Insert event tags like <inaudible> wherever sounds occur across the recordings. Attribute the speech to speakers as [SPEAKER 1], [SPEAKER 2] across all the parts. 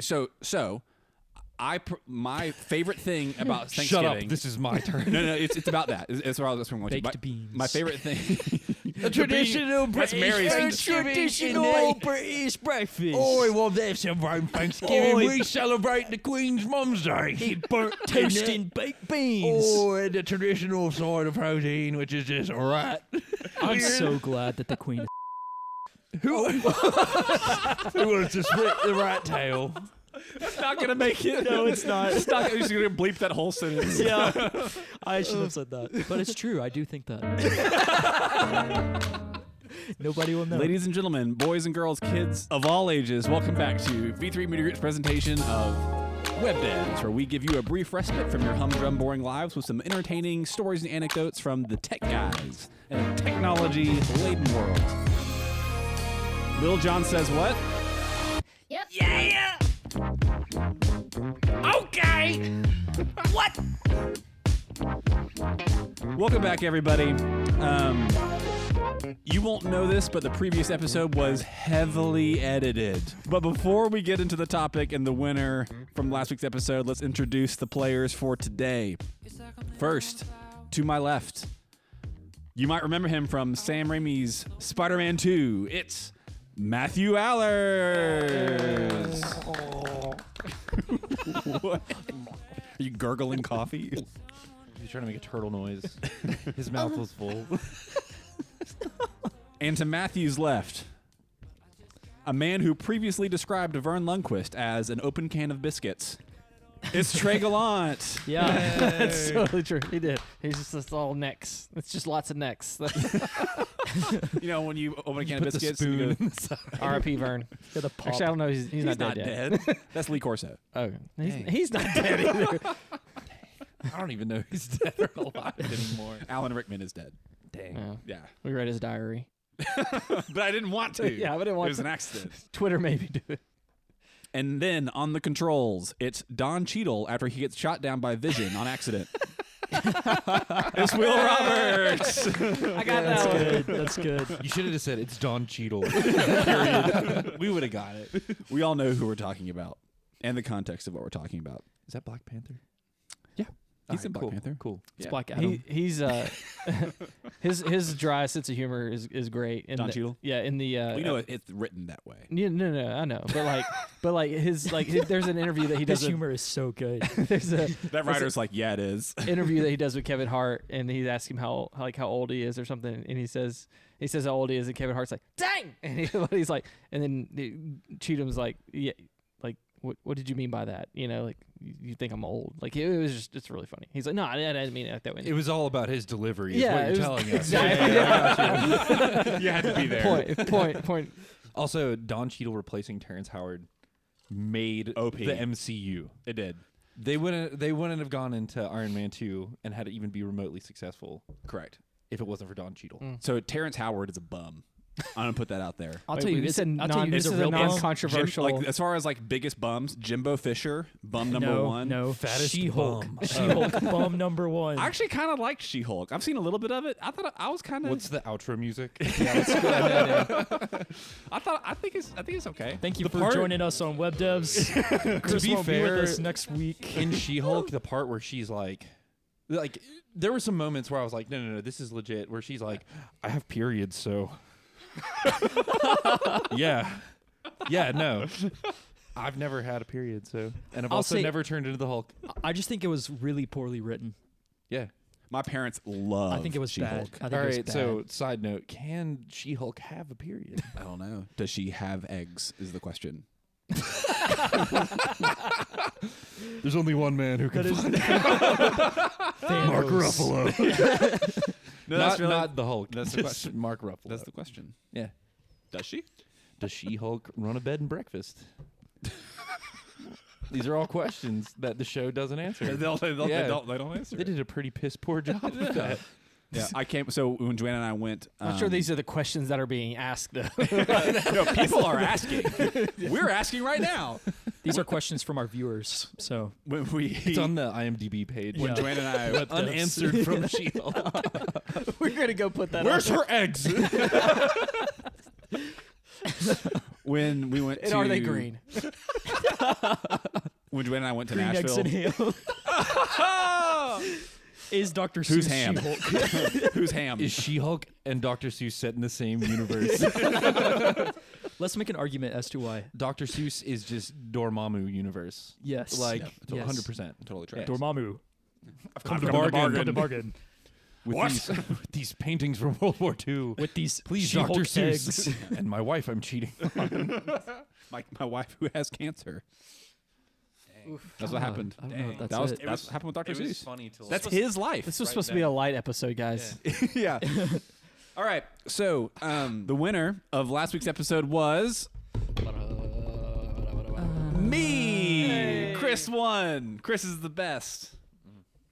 [SPEAKER 1] so so I pr- my favorite thing about
[SPEAKER 2] Shut
[SPEAKER 1] Thanksgiving.
[SPEAKER 2] up. This is my turn.
[SPEAKER 1] <laughs> no, no, it's, it's about that. It's, it's what I was- that's where I'm going to.
[SPEAKER 2] Baked
[SPEAKER 1] my,
[SPEAKER 2] beans.
[SPEAKER 1] My favorite thing.
[SPEAKER 3] <laughs> A traditional
[SPEAKER 1] That's
[SPEAKER 3] British
[SPEAKER 1] Mary's-
[SPEAKER 3] Thanksgiving
[SPEAKER 2] traditional
[SPEAKER 3] innate.
[SPEAKER 2] British breakfast.
[SPEAKER 3] Oh, well, they're celebrating Thanksgiving.
[SPEAKER 2] Oi.
[SPEAKER 3] We celebrate the Queen's Mum's Day.
[SPEAKER 2] burnt
[SPEAKER 3] toast and
[SPEAKER 2] baked beans.
[SPEAKER 3] Oh, and the traditional side of protein, which is just rat.
[SPEAKER 2] I'm so glad that the queen. Is
[SPEAKER 3] Who, <laughs> who wants to split the rat tail?
[SPEAKER 1] it's not going to make it. <laughs> No, it's not. <laughs> It's not. It's going to bleep that whole sentence.
[SPEAKER 4] yeah, <laughs> I should have said that.
[SPEAKER 2] but it's true. I do
[SPEAKER 4] <laughs>
[SPEAKER 2] think that. Nobody will know.
[SPEAKER 1] Ladies and gentlemen, boys and girls, kids of all ages, welcome back to V3 Media Group's presentation of WebDevs, where we give you a brief respite from your humdrum, boring lives with some entertaining stories and anecdotes from the tech guys in a technology-laden world. Lil John says what?
[SPEAKER 5] Yep.
[SPEAKER 2] <laughs>
[SPEAKER 3] Yeah. Okay. What?
[SPEAKER 1] Welcome back, everybody. Um, you won't know this, but the previous episode was heavily edited. But before we get into the topic and the winner from last week's episode, let's introduce the players for today. First, to my left, you might remember him from Sam Raimi's Spider Man 2. It's Matthew
[SPEAKER 4] <laughs>
[SPEAKER 1] Allers. what? Are you gurgling coffee?
[SPEAKER 4] He's trying to make a
[SPEAKER 1] <laughs>
[SPEAKER 4] turtle noise. His mouth was full.
[SPEAKER 1] And to Matthew's left, a man who previously described Vern Lundquist as an open can of biscuits. It's Trey Gallant.
[SPEAKER 4] <laughs> Yeah,
[SPEAKER 2] That's
[SPEAKER 4] <laughs>
[SPEAKER 2] totally true. He did. He's just it's all necks. It's just lots of necks. <laughs> That's
[SPEAKER 1] You know, when you open a can of
[SPEAKER 2] put the
[SPEAKER 1] biscuits, and you go,
[SPEAKER 2] R.I.P. <laughs> Vern.
[SPEAKER 4] the
[SPEAKER 2] Actually, I don't know. He's, he's,
[SPEAKER 1] he's
[SPEAKER 2] not,
[SPEAKER 1] not
[SPEAKER 2] dead, yet.
[SPEAKER 1] dead. That's Lee Corso.
[SPEAKER 2] Oh, he's,
[SPEAKER 4] Dang.
[SPEAKER 2] he's not dead
[SPEAKER 4] <laughs>
[SPEAKER 2] either.
[SPEAKER 4] I don't even know if he's dead or alive anymore.
[SPEAKER 1] Alan Rickman is dead. Dang.
[SPEAKER 2] No.
[SPEAKER 1] Yeah.
[SPEAKER 2] We read his diary.
[SPEAKER 1] <laughs> But I didn't want to.
[SPEAKER 2] <laughs> Yeah, I didn't
[SPEAKER 1] It
[SPEAKER 2] want
[SPEAKER 1] was
[SPEAKER 2] to.
[SPEAKER 1] an accident.
[SPEAKER 2] Twitter maybe do it.
[SPEAKER 1] And then on the controls, it's Don Cheadle after he gets shot down by Vision on
[SPEAKER 2] <laughs>
[SPEAKER 1] accident. it's Will Roberts.
[SPEAKER 2] I got
[SPEAKER 4] That's
[SPEAKER 2] that one.
[SPEAKER 4] good. That's good.
[SPEAKER 3] You should have just said it's Don Cheadle. <laughs>
[SPEAKER 1] <laughs>
[SPEAKER 3] we would have got it.
[SPEAKER 1] we all know who we're talking about and the context of what we're talking about.
[SPEAKER 3] Is that Black Panther?
[SPEAKER 1] Yeah. He's
[SPEAKER 3] Alright,
[SPEAKER 1] in Black
[SPEAKER 3] cool,
[SPEAKER 1] Panther.
[SPEAKER 3] Cool.
[SPEAKER 2] It's
[SPEAKER 1] Yeah.
[SPEAKER 2] Black Adam.
[SPEAKER 4] Adam.
[SPEAKER 2] he's uh, <laughs> his his dry sense of humor is is great. In
[SPEAKER 1] Don
[SPEAKER 2] the,
[SPEAKER 1] Cheadle?
[SPEAKER 2] Yeah, in the uh,
[SPEAKER 1] We know it, it's written that
[SPEAKER 2] <laughs>
[SPEAKER 1] way.
[SPEAKER 2] Yeah, no, no, I know, but like, but like his like his, there's an interview that he does.
[SPEAKER 4] His
[SPEAKER 2] with-
[SPEAKER 4] humor is so good.
[SPEAKER 2] <laughs> there's a
[SPEAKER 1] That writer's like, yeah, it is.
[SPEAKER 2] interview that he does with Kevin Hart, and he asks him how how- like how old he is or something, and he says he says how old he is, and Kevin Hart's like, dang, <laughs> and he, but he's like, and then the- Cheatham's like, yeah, like what what did you mean by that? You know, like you, you think I'm old? Like it, was just it's really funny. He's like, no, I, I didn't mean it that way.
[SPEAKER 3] It was all about his delivery.
[SPEAKER 2] Yeah,
[SPEAKER 3] is
[SPEAKER 2] it
[SPEAKER 3] what
[SPEAKER 2] <laughs> was-
[SPEAKER 3] you're telling us.
[SPEAKER 1] <laughs>
[SPEAKER 2] exactly.
[SPEAKER 1] you had to be there.
[SPEAKER 2] point point point.
[SPEAKER 4] Also, Don Cheadle replacing Terrence Howard made
[SPEAKER 1] OP.
[SPEAKER 4] the MCU.
[SPEAKER 1] It did.
[SPEAKER 4] They wouldn't. They wouldn't have gone into Iron Man two and had it even be remotely successful
[SPEAKER 1] Correct.
[SPEAKER 4] if it wasn't for Don Cheadle.
[SPEAKER 1] So Terrence Howard is a bum. I'm gonna put that out there.
[SPEAKER 2] I'll
[SPEAKER 4] tell you,
[SPEAKER 2] this
[SPEAKER 4] it's-
[SPEAKER 2] is a
[SPEAKER 4] I'll tell
[SPEAKER 2] non-
[SPEAKER 4] you
[SPEAKER 2] this
[SPEAKER 4] who's a
[SPEAKER 2] is a
[SPEAKER 4] real bum.
[SPEAKER 2] non-controversial.
[SPEAKER 1] Jim, like as far as like biggest bums, Jimbo Fisher, bum number
[SPEAKER 4] no,
[SPEAKER 1] one.
[SPEAKER 4] no,
[SPEAKER 3] Fattest
[SPEAKER 4] She-Hulk,
[SPEAKER 3] bum.
[SPEAKER 4] She-Hulk, bum number one.
[SPEAKER 1] I actually kind of liked She-Hulk. I've seen a little bit of it. I thought I was kind <laughs>
[SPEAKER 3] What's
[SPEAKER 1] of.
[SPEAKER 3] the outro <laughs> music?
[SPEAKER 1] I thought I think it's I think it's okay.
[SPEAKER 4] Thank you
[SPEAKER 1] The
[SPEAKER 4] for
[SPEAKER 1] part-
[SPEAKER 4] joining us on Web
[SPEAKER 1] <laughs>
[SPEAKER 4] Devs. Chris
[SPEAKER 3] be
[SPEAKER 4] won't be
[SPEAKER 3] fair-
[SPEAKER 4] with us next week.
[SPEAKER 3] in She Hulk, the part where she's like, like there were some moments where I was like, no, no, no, this is legit. Where she's like, I have periods,
[SPEAKER 4] <laughs>
[SPEAKER 3] so yeah, yeah, no, I've never had a period, so and I've
[SPEAKER 4] I'll
[SPEAKER 3] also
[SPEAKER 4] say-
[SPEAKER 3] never turned into the Hulk.
[SPEAKER 4] I just think it was really poorly written.
[SPEAKER 3] Yeah.
[SPEAKER 1] My parents love.
[SPEAKER 4] I think it was
[SPEAKER 1] She-Hulk.
[SPEAKER 4] bad. I think
[SPEAKER 3] All
[SPEAKER 4] it was
[SPEAKER 3] right.
[SPEAKER 4] bad.
[SPEAKER 3] So, side note: Can She Hulk have a period?
[SPEAKER 1] I don't know. Does she have eggs? Is the question.
[SPEAKER 3] <laughs> There's only one man who can. Find
[SPEAKER 4] Mark
[SPEAKER 3] <laughs> Ruffalo.
[SPEAKER 1] No,
[SPEAKER 3] not, not the Hulk.
[SPEAKER 1] that's the
[SPEAKER 3] Just
[SPEAKER 1] question.
[SPEAKER 3] Mark Ruffalo.
[SPEAKER 1] That's the question.
[SPEAKER 3] yeah.
[SPEAKER 1] Does she?
[SPEAKER 3] Does She Hulk run a bed and breakfast? <laughs> These are all questions that the show doesn't answer.
[SPEAKER 1] They'll, they'll,
[SPEAKER 3] Yeah.
[SPEAKER 1] they don't, they don't answer.
[SPEAKER 3] They
[SPEAKER 1] it.
[SPEAKER 3] did a pretty piss poor <laughs> job of that.
[SPEAKER 1] Yeah, I came. So when Joanna and I went,
[SPEAKER 2] I'm
[SPEAKER 1] um,
[SPEAKER 2] sure these are the questions that are being asked though.
[SPEAKER 1] <laughs>
[SPEAKER 2] <laughs>
[SPEAKER 1] no, people are asking. We're asking right now.
[SPEAKER 4] These are questions from our viewers. So
[SPEAKER 1] When we
[SPEAKER 3] It's on the IMDb page.
[SPEAKER 1] when
[SPEAKER 4] Yeah.
[SPEAKER 1] Joanna and I, <laughs>
[SPEAKER 3] <laughs> Unanswered from She Hulk.
[SPEAKER 2] We're gonna go put that.
[SPEAKER 3] her eggs?
[SPEAKER 1] when we went
[SPEAKER 2] And
[SPEAKER 1] to
[SPEAKER 2] are they green?
[SPEAKER 1] when Joanne and I went to
[SPEAKER 4] Green eggs and
[SPEAKER 1] Nashville,
[SPEAKER 4] ham. <laughs> Is
[SPEAKER 1] <laughs>
[SPEAKER 4] Doctor
[SPEAKER 1] who's
[SPEAKER 4] Seuss
[SPEAKER 1] ham?
[SPEAKER 4] She-Hulk?
[SPEAKER 1] <laughs> who's ham?
[SPEAKER 3] Is She Hulk and Dr. Seuss set in the same universe? <laughs>
[SPEAKER 4] Let's make an argument as to why.
[SPEAKER 3] Dr. Seuss is just Dormammu universe.
[SPEAKER 4] Yes,
[SPEAKER 3] Like,
[SPEAKER 1] Yeah,
[SPEAKER 4] yes.
[SPEAKER 3] 100%.
[SPEAKER 1] totally trash.
[SPEAKER 4] Dormammu.
[SPEAKER 3] I've
[SPEAKER 1] come to bargain.
[SPEAKER 4] Come
[SPEAKER 1] <laughs>
[SPEAKER 4] to bargain
[SPEAKER 3] With,
[SPEAKER 1] What?
[SPEAKER 3] These, <laughs> with these paintings from <laughs> World War II.
[SPEAKER 4] with these
[SPEAKER 3] Please,
[SPEAKER 4] She-Hulk
[SPEAKER 3] Dr. Seuss. <laughs>
[SPEAKER 4] eggs.
[SPEAKER 3] and my wife, I'm <laughs> cheating.
[SPEAKER 1] Like my wife who has cancer. That's what
[SPEAKER 4] God,
[SPEAKER 1] happened.
[SPEAKER 4] I don't know if
[SPEAKER 1] That
[SPEAKER 4] that's
[SPEAKER 1] was
[SPEAKER 4] it.
[SPEAKER 1] that's what happened with Dr. Seuss.
[SPEAKER 3] funny to
[SPEAKER 1] That's his life.
[SPEAKER 2] This was supposed to be a light episode, guys.
[SPEAKER 1] <laughs> yeah. All right. So um, the winner of last week's episode was me. Chris won. Chris is the best.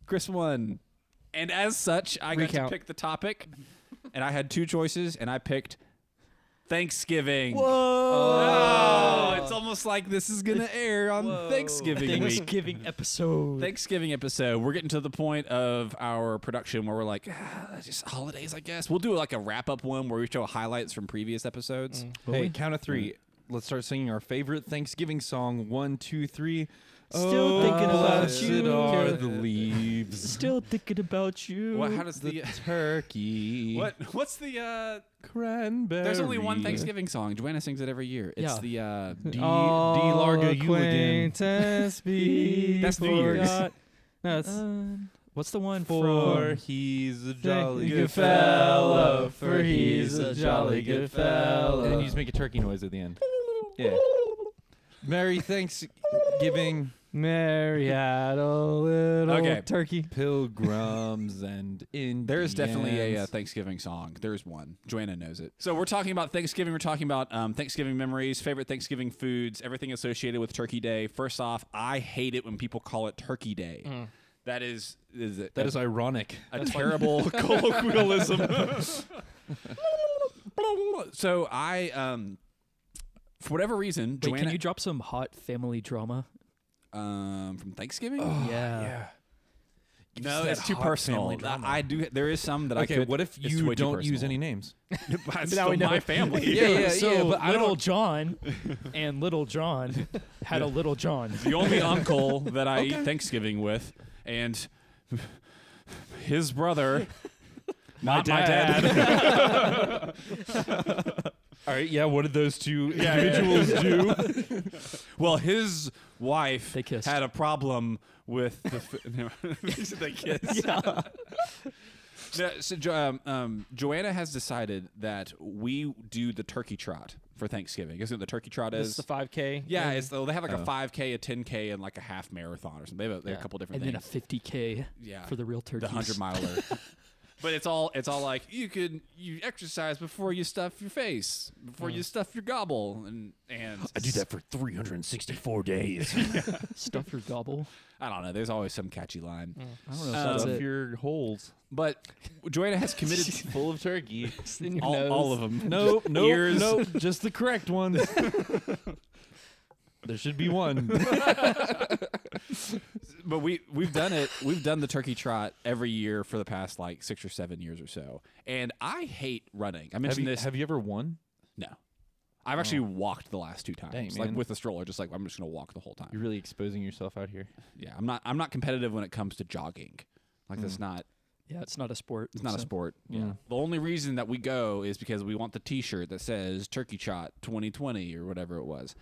[SPEAKER 1] Chris won. And as such, I got to
[SPEAKER 2] Recount.
[SPEAKER 1] pick the topic, and I had two choices, and I picked Thanksgiving. Oh, it's almost like this is gonna air on Thanksgiving week.
[SPEAKER 4] Thanksgiving episode.
[SPEAKER 1] Thanksgiving episode. We're getting to the point of our production where we're like, ah, just holidays, I guess. We'll do like a wrap up one where we show highlights from previous episodes.
[SPEAKER 3] Hey, count of three. Let's start singing our favorite Thanksgiving song. One, two, three. Oh,
[SPEAKER 4] Still thinking about
[SPEAKER 3] blessed
[SPEAKER 4] you.
[SPEAKER 3] are the leaves.
[SPEAKER 4] Still thinking about you.
[SPEAKER 1] What? How does
[SPEAKER 3] <laughs> the
[SPEAKER 1] the uh,
[SPEAKER 3] <laughs> turkey.
[SPEAKER 1] what? What's the? uh
[SPEAKER 3] Cranberry.
[SPEAKER 1] There's only one Thanksgiving song. Joanna sings it every year. It's
[SPEAKER 4] Yeah.
[SPEAKER 1] the. uh
[SPEAKER 3] D, D
[SPEAKER 2] All
[SPEAKER 3] Larga, you again.
[SPEAKER 2] acquaintance
[SPEAKER 1] <laughs>
[SPEAKER 2] be
[SPEAKER 1] That's New Year's.
[SPEAKER 2] forgot. No, it's
[SPEAKER 4] Um, what's the one
[SPEAKER 3] For
[SPEAKER 4] for?
[SPEAKER 3] he's a
[SPEAKER 2] Uh, jolly
[SPEAKER 3] jolly
[SPEAKER 2] good fellow, for he's a jolly good fellow.
[SPEAKER 3] And then you just make a turkey noise at the end. <laughs> Yeah. Merry Thanksgiving,
[SPEAKER 2] Mary had a little
[SPEAKER 1] Okay.
[SPEAKER 2] turkey.
[SPEAKER 3] pilgrims and
[SPEAKER 1] <laughs>
[SPEAKER 3] Indians.
[SPEAKER 1] There is definitely a uh, Thanksgiving song. There's one. Joanna knows it. So we're talking about Thanksgiving. We're talking about um, Thanksgiving memories, favorite Thanksgiving foods, everything associated with Turkey Day. First off, I hate it when people call it Turkey Day. Mm. That is is it,
[SPEAKER 3] that is <gasps> ironic.
[SPEAKER 1] a <laughs> terrible colloquialism. <laughs> so I, um, for whatever reason,
[SPEAKER 4] Wait,
[SPEAKER 1] Joanna
[SPEAKER 4] can you drop some hot family drama?
[SPEAKER 1] um, from Thanksgiving.
[SPEAKER 4] yeah.
[SPEAKER 1] no,
[SPEAKER 3] That
[SPEAKER 1] it's too
[SPEAKER 3] Oh, hot
[SPEAKER 1] personal.
[SPEAKER 3] family drama.
[SPEAKER 1] I do. There is some that I
[SPEAKER 3] okay,
[SPEAKER 1] could.
[SPEAKER 3] what if
[SPEAKER 1] it's way
[SPEAKER 3] you
[SPEAKER 1] too
[SPEAKER 3] don't use
[SPEAKER 1] personal.
[SPEAKER 3] any names?
[SPEAKER 1] <laughs> But it's
[SPEAKER 4] Now
[SPEAKER 1] still
[SPEAKER 4] we know.
[SPEAKER 1] my <laughs> family.
[SPEAKER 3] Yeah, yeah,
[SPEAKER 4] so
[SPEAKER 3] yeah, but I
[SPEAKER 4] little
[SPEAKER 3] don't-
[SPEAKER 4] John and little John had a little John.
[SPEAKER 1] the only uncle that I eat Thanksgiving with, and <laughs> his brother, not my dad. <laughs>
[SPEAKER 3] All right, yeah. What did those two
[SPEAKER 1] Yeah, yeah,
[SPEAKER 3] individuals do?
[SPEAKER 1] well, his wife
[SPEAKER 4] They kissed.
[SPEAKER 1] had a problem with the. F- <laughs> He said they kissed. <laughs> No, so, Jo- um, um, Joanna has decided that we do the turkey trot for Thanksgiving. Isn't it the turkey trot
[SPEAKER 2] This
[SPEAKER 1] is?
[SPEAKER 2] is the 5K.
[SPEAKER 1] yeah, it's the, they have like a 5K, a 10K, and like a half marathon or something. They have a, they have a couple different
[SPEAKER 4] and then a
[SPEAKER 1] things.
[SPEAKER 4] 50K
[SPEAKER 1] yeah,
[SPEAKER 4] for the real turkey.
[SPEAKER 1] the hundred miler. but it's all it's all like you could you exercise before you stuff your face, before
[SPEAKER 4] Mm.
[SPEAKER 1] you stuff your gobble, and and <laughs> I do that.
[SPEAKER 3] for 364 <laughs> days.
[SPEAKER 4] <laughs> Stuff your gobble.
[SPEAKER 1] I don't know. There's always some catchy line,
[SPEAKER 3] Uh,
[SPEAKER 4] I don't know if
[SPEAKER 1] Um,
[SPEAKER 4] that's
[SPEAKER 3] Stuff
[SPEAKER 4] it.
[SPEAKER 3] your <laughs> holes
[SPEAKER 1] but Joanna
[SPEAKER 3] <laughs>
[SPEAKER 1] has committed
[SPEAKER 3] full of <laughs> turkey.
[SPEAKER 2] in your
[SPEAKER 1] all,
[SPEAKER 2] nose.
[SPEAKER 1] all of
[SPEAKER 3] <laughs>
[SPEAKER 1] them.
[SPEAKER 3] No, no,
[SPEAKER 1] ears.
[SPEAKER 3] no, just the correct <laughs> one. there should be <laughs> one.
[SPEAKER 1] but we we've done it. We've done the turkey trot every year for the past like six or seven years or so. And I hate running. I
[SPEAKER 3] Have
[SPEAKER 1] mentioned
[SPEAKER 3] you,
[SPEAKER 1] this.
[SPEAKER 3] have you ever won?
[SPEAKER 1] no, I've actually walked the last two times,
[SPEAKER 3] Dang,
[SPEAKER 1] like
[SPEAKER 3] man.
[SPEAKER 1] with a stroller. Just like I'm just gonna walk the whole time.
[SPEAKER 3] You're really exposing yourself out here.
[SPEAKER 1] Yeah, I'm not. I'm not competitive when it comes to jogging. Like that's
[SPEAKER 3] Mm.
[SPEAKER 1] not.
[SPEAKER 4] Yeah, it's not a sport.
[SPEAKER 1] It's not a
[SPEAKER 4] so-
[SPEAKER 1] sport. The only reason that we go is because we want the T-shirt that says "Turkey Shot 2020" or whatever it was.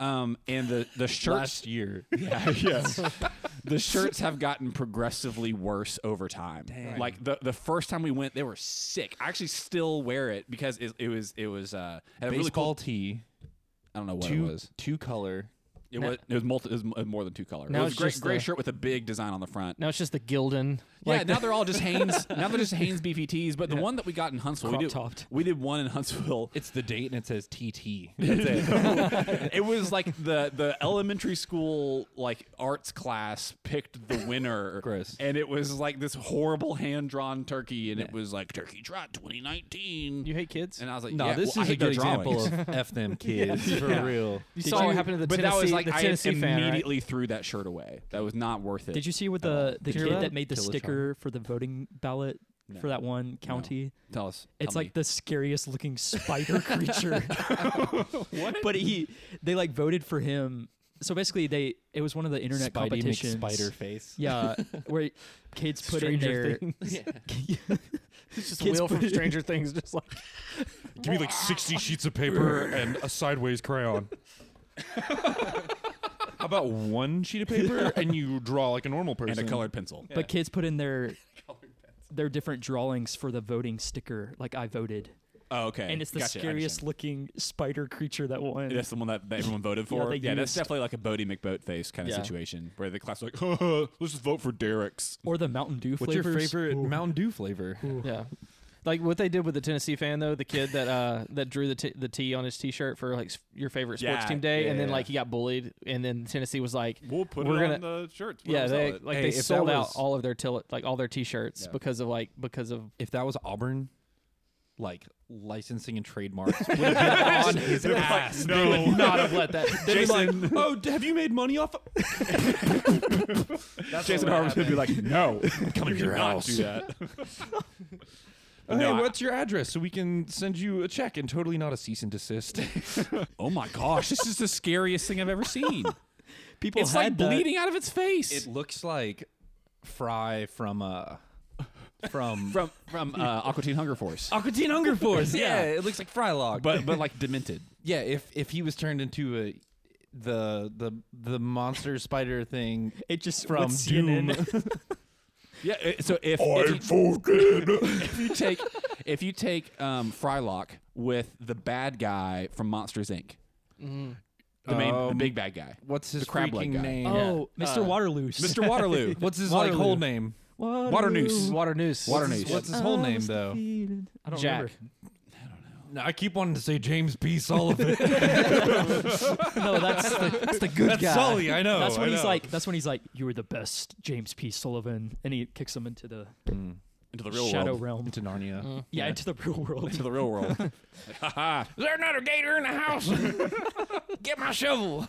[SPEAKER 1] Um, and the the shirts,
[SPEAKER 3] <laughs> Last <laughs> year.
[SPEAKER 2] <laughs>
[SPEAKER 1] <laughs> the shirts have gotten progressively worse over time. Like the the first time we went, they were sick. I actually still wear it because it, it was it was uh had a really
[SPEAKER 3] Baseball
[SPEAKER 1] cool.
[SPEAKER 3] tee,
[SPEAKER 1] I don't know what it
[SPEAKER 3] two,
[SPEAKER 1] was.
[SPEAKER 3] two color.
[SPEAKER 1] It was it was, multi, it was more than two color.
[SPEAKER 2] Now
[SPEAKER 1] it was
[SPEAKER 2] it's
[SPEAKER 1] gray,
[SPEAKER 2] just
[SPEAKER 1] gray
[SPEAKER 2] the-
[SPEAKER 1] shirt with a big design on the front.
[SPEAKER 2] Now it's just the Gildan.
[SPEAKER 1] Yeah,
[SPEAKER 2] Like
[SPEAKER 1] now they're
[SPEAKER 2] <laughs>
[SPEAKER 1] all just Hanes. now they're just Hanes BVTs. But the one that we got in Huntsville, we did,
[SPEAKER 4] Crop-topped.
[SPEAKER 1] we did one in Huntsville.
[SPEAKER 2] <laughs>
[SPEAKER 3] It's the date and it says <laughs> TT. That's it.
[SPEAKER 1] It was like the the elementary school like arts class picked the winner.
[SPEAKER 3] Gross.
[SPEAKER 1] And it was like this horrible hand drawn turkey, and it was like Turkey Trot 2019.
[SPEAKER 2] you hate kids.
[SPEAKER 1] and I was like,
[SPEAKER 3] no,
[SPEAKER 1] yeah,
[SPEAKER 3] this
[SPEAKER 1] well, I
[SPEAKER 3] is a
[SPEAKER 1] hate their
[SPEAKER 3] good example
[SPEAKER 1] drawings. <laughs>
[SPEAKER 3] of F <laughs> them kids, for real.
[SPEAKER 2] you <laughs>
[SPEAKER 4] Did
[SPEAKER 2] saw what
[SPEAKER 4] you-
[SPEAKER 2] happened to the
[SPEAKER 1] but
[SPEAKER 2] Tennessee,
[SPEAKER 1] that was like
[SPEAKER 2] the
[SPEAKER 1] I
[SPEAKER 2] Tennessee fan, right?
[SPEAKER 1] immediately threw that shirt away. That was not worth it.
[SPEAKER 4] Did you see with the the
[SPEAKER 2] Did you hear
[SPEAKER 4] kid
[SPEAKER 2] that?
[SPEAKER 4] that made the
[SPEAKER 3] Kill a
[SPEAKER 4] sticker for the voting ballot
[SPEAKER 1] No.
[SPEAKER 4] for that one county.
[SPEAKER 1] Tell us.
[SPEAKER 4] It's
[SPEAKER 1] tell
[SPEAKER 4] like the scariest looking spider creature. what? But he, they like voted for him. So basically, they it was one of the internet competitions.
[SPEAKER 3] spider face.
[SPEAKER 4] Yeah, where kids put
[SPEAKER 2] Stranger
[SPEAKER 4] in
[SPEAKER 2] <laughs> Things.
[SPEAKER 4] <laughs> their
[SPEAKER 2] It's just
[SPEAKER 4] Kids
[SPEAKER 2] Will from
[SPEAKER 4] put-
[SPEAKER 2] Stranger Things, just like
[SPEAKER 6] Give me like 60 sheets of paper and a sideways crayon. How about one sheet of paper and you draw like a normal
[SPEAKER 1] me.
[SPEAKER 6] person
[SPEAKER 1] and a colored pencil.
[SPEAKER 4] but kids put in their their different drawings for the voting sticker. Like I voted,
[SPEAKER 1] Oh, okay.
[SPEAKER 4] and it's the
[SPEAKER 1] Gotcha, I
[SPEAKER 4] scariest
[SPEAKER 1] understand.
[SPEAKER 4] looking spider creature that won.
[SPEAKER 1] That's the one that, that everyone voted
[SPEAKER 4] Yeah,
[SPEAKER 1] for.
[SPEAKER 4] they
[SPEAKER 1] Yeah, that's
[SPEAKER 4] used-
[SPEAKER 1] definitely like a Bodie McBoat face kind of
[SPEAKER 2] Yeah.
[SPEAKER 1] situation where the class is like, <laughs> let's just vote for Derek's.
[SPEAKER 4] Or the Mountain Dew
[SPEAKER 3] What's
[SPEAKER 4] flavors.
[SPEAKER 3] your favorite Mountain Dew flavor?
[SPEAKER 2] yeah. Like what they did with the Tennessee fan though, the kid that uh that drew the t- the T on his T-shirt for like s- your favorite sports
[SPEAKER 1] Yeah,
[SPEAKER 2] team day,
[SPEAKER 1] yeah,
[SPEAKER 2] and then
[SPEAKER 1] yeah.
[SPEAKER 2] like he got bullied, and then Tennessee was like,
[SPEAKER 1] We'll put
[SPEAKER 2] We're
[SPEAKER 1] it
[SPEAKER 2] gonna-
[SPEAKER 1] on the shirts. We'll
[SPEAKER 2] yeah,
[SPEAKER 1] sell
[SPEAKER 2] they <laughs>
[SPEAKER 1] it.
[SPEAKER 2] like
[SPEAKER 3] Hey,
[SPEAKER 2] they
[SPEAKER 3] if that
[SPEAKER 2] sold out
[SPEAKER 3] was-
[SPEAKER 2] all of their till like all their T-shirts
[SPEAKER 1] Yeah.
[SPEAKER 2] because of like because of
[SPEAKER 3] If that was Auburn, like licensing and trademarks would have been on his
[SPEAKER 1] They're like, <laughs>
[SPEAKER 3] ass.
[SPEAKER 1] no.
[SPEAKER 3] They would
[SPEAKER 2] <laughs>
[SPEAKER 3] not have let that. They'd be like,
[SPEAKER 1] Jason-
[SPEAKER 3] oh, d- have you made money
[SPEAKER 1] <laughs>
[SPEAKER 3] off? of-"
[SPEAKER 1] Jason Harvey would be like, no, come
[SPEAKER 6] to your house."
[SPEAKER 1] Do that.
[SPEAKER 6] Oh,
[SPEAKER 1] No,
[SPEAKER 6] hey,
[SPEAKER 1] I-
[SPEAKER 6] what's your address so we can send you a check and totally not a cease and desist?
[SPEAKER 1] oh my gosh, this is the scariest thing I've ever seen.
[SPEAKER 4] People
[SPEAKER 1] it's
[SPEAKER 6] <laughs>
[SPEAKER 4] had
[SPEAKER 1] like
[SPEAKER 4] that.
[SPEAKER 1] bleeding out of its face.
[SPEAKER 3] it looks like Fry from uh
[SPEAKER 1] <laughs>
[SPEAKER 3] from
[SPEAKER 1] from from uh, Aqua Teen Hunger Force,
[SPEAKER 3] Aqua Teen Hunger Force. yeah. it looks like Frylog.
[SPEAKER 1] but but like demented.
[SPEAKER 3] yeah, if if he was turned into a the the the monster spider thing
[SPEAKER 4] It just
[SPEAKER 3] from
[SPEAKER 4] with CNN.
[SPEAKER 3] Doom.
[SPEAKER 1] Yeah. uh, So if if you, <laughs> if you take if you take um, Frylock with the bad guy from Monsters Inc.
[SPEAKER 4] Mm-hmm.
[SPEAKER 1] The main, the
[SPEAKER 3] Um,
[SPEAKER 1] big bad guy,
[SPEAKER 3] What's his
[SPEAKER 1] The crab
[SPEAKER 3] freaking
[SPEAKER 1] leg guy.
[SPEAKER 3] name?
[SPEAKER 4] <laughs> Oh, Mr.
[SPEAKER 2] Uh,
[SPEAKER 4] Waterloo.
[SPEAKER 1] Mr. Waterloo.
[SPEAKER 3] What's his like
[SPEAKER 4] Waterloo.
[SPEAKER 3] whole name?
[SPEAKER 4] Waterloo. <laughs>
[SPEAKER 1] Water noose.
[SPEAKER 2] Water News.
[SPEAKER 1] Water
[SPEAKER 3] What's
[SPEAKER 1] News.
[SPEAKER 3] his- What's his
[SPEAKER 1] Oh,
[SPEAKER 3] whole
[SPEAKER 4] I
[SPEAKER 3] name
[SPEAKER 4] was
[SPEAKER 3] though?
[SPEAKER 4] defeated. I don't
[SPEAKER 2] Jack.
[SPEAKER 4] remember.
[SPEAKER 3] No, I keep wanting to say James P. <laughs> Sullivan.
[SPEAKER 4] No,
[SPEAKER 1] <laughs>
[SPEAKER 4] that's the, that's the good
[SPEAKER 3] That's
[SPEAKER 4] guy.
[SPEAKER 3] Sully, I know,
[SPEAKER 4] That's when
[SPEAKER 3] Oh, I
[SPEAKER 4] he's
[SPEAKER 3] know.
[SPEAKER 4] like. That's when he's like, "You were the best, James P. Sullivan," and he kicks him into the
[SPEAKER 1] into the real
[SPEAKER 4] shadow
[SPEAKER 1] world.
[SPEAKER 4] realm. Mm.
[SPEAKER 3] Into Mm. Narnia.
[SPEAKER 4] yeah, into the <laughs> real world.
[SPEAKER 1] <laughs> Into the real world. <laughs>
[SPEAKER 6] Is there another gator in the
[SPEAKER 3] <laughs>
[SPEAKER 6] house? Get my shovel.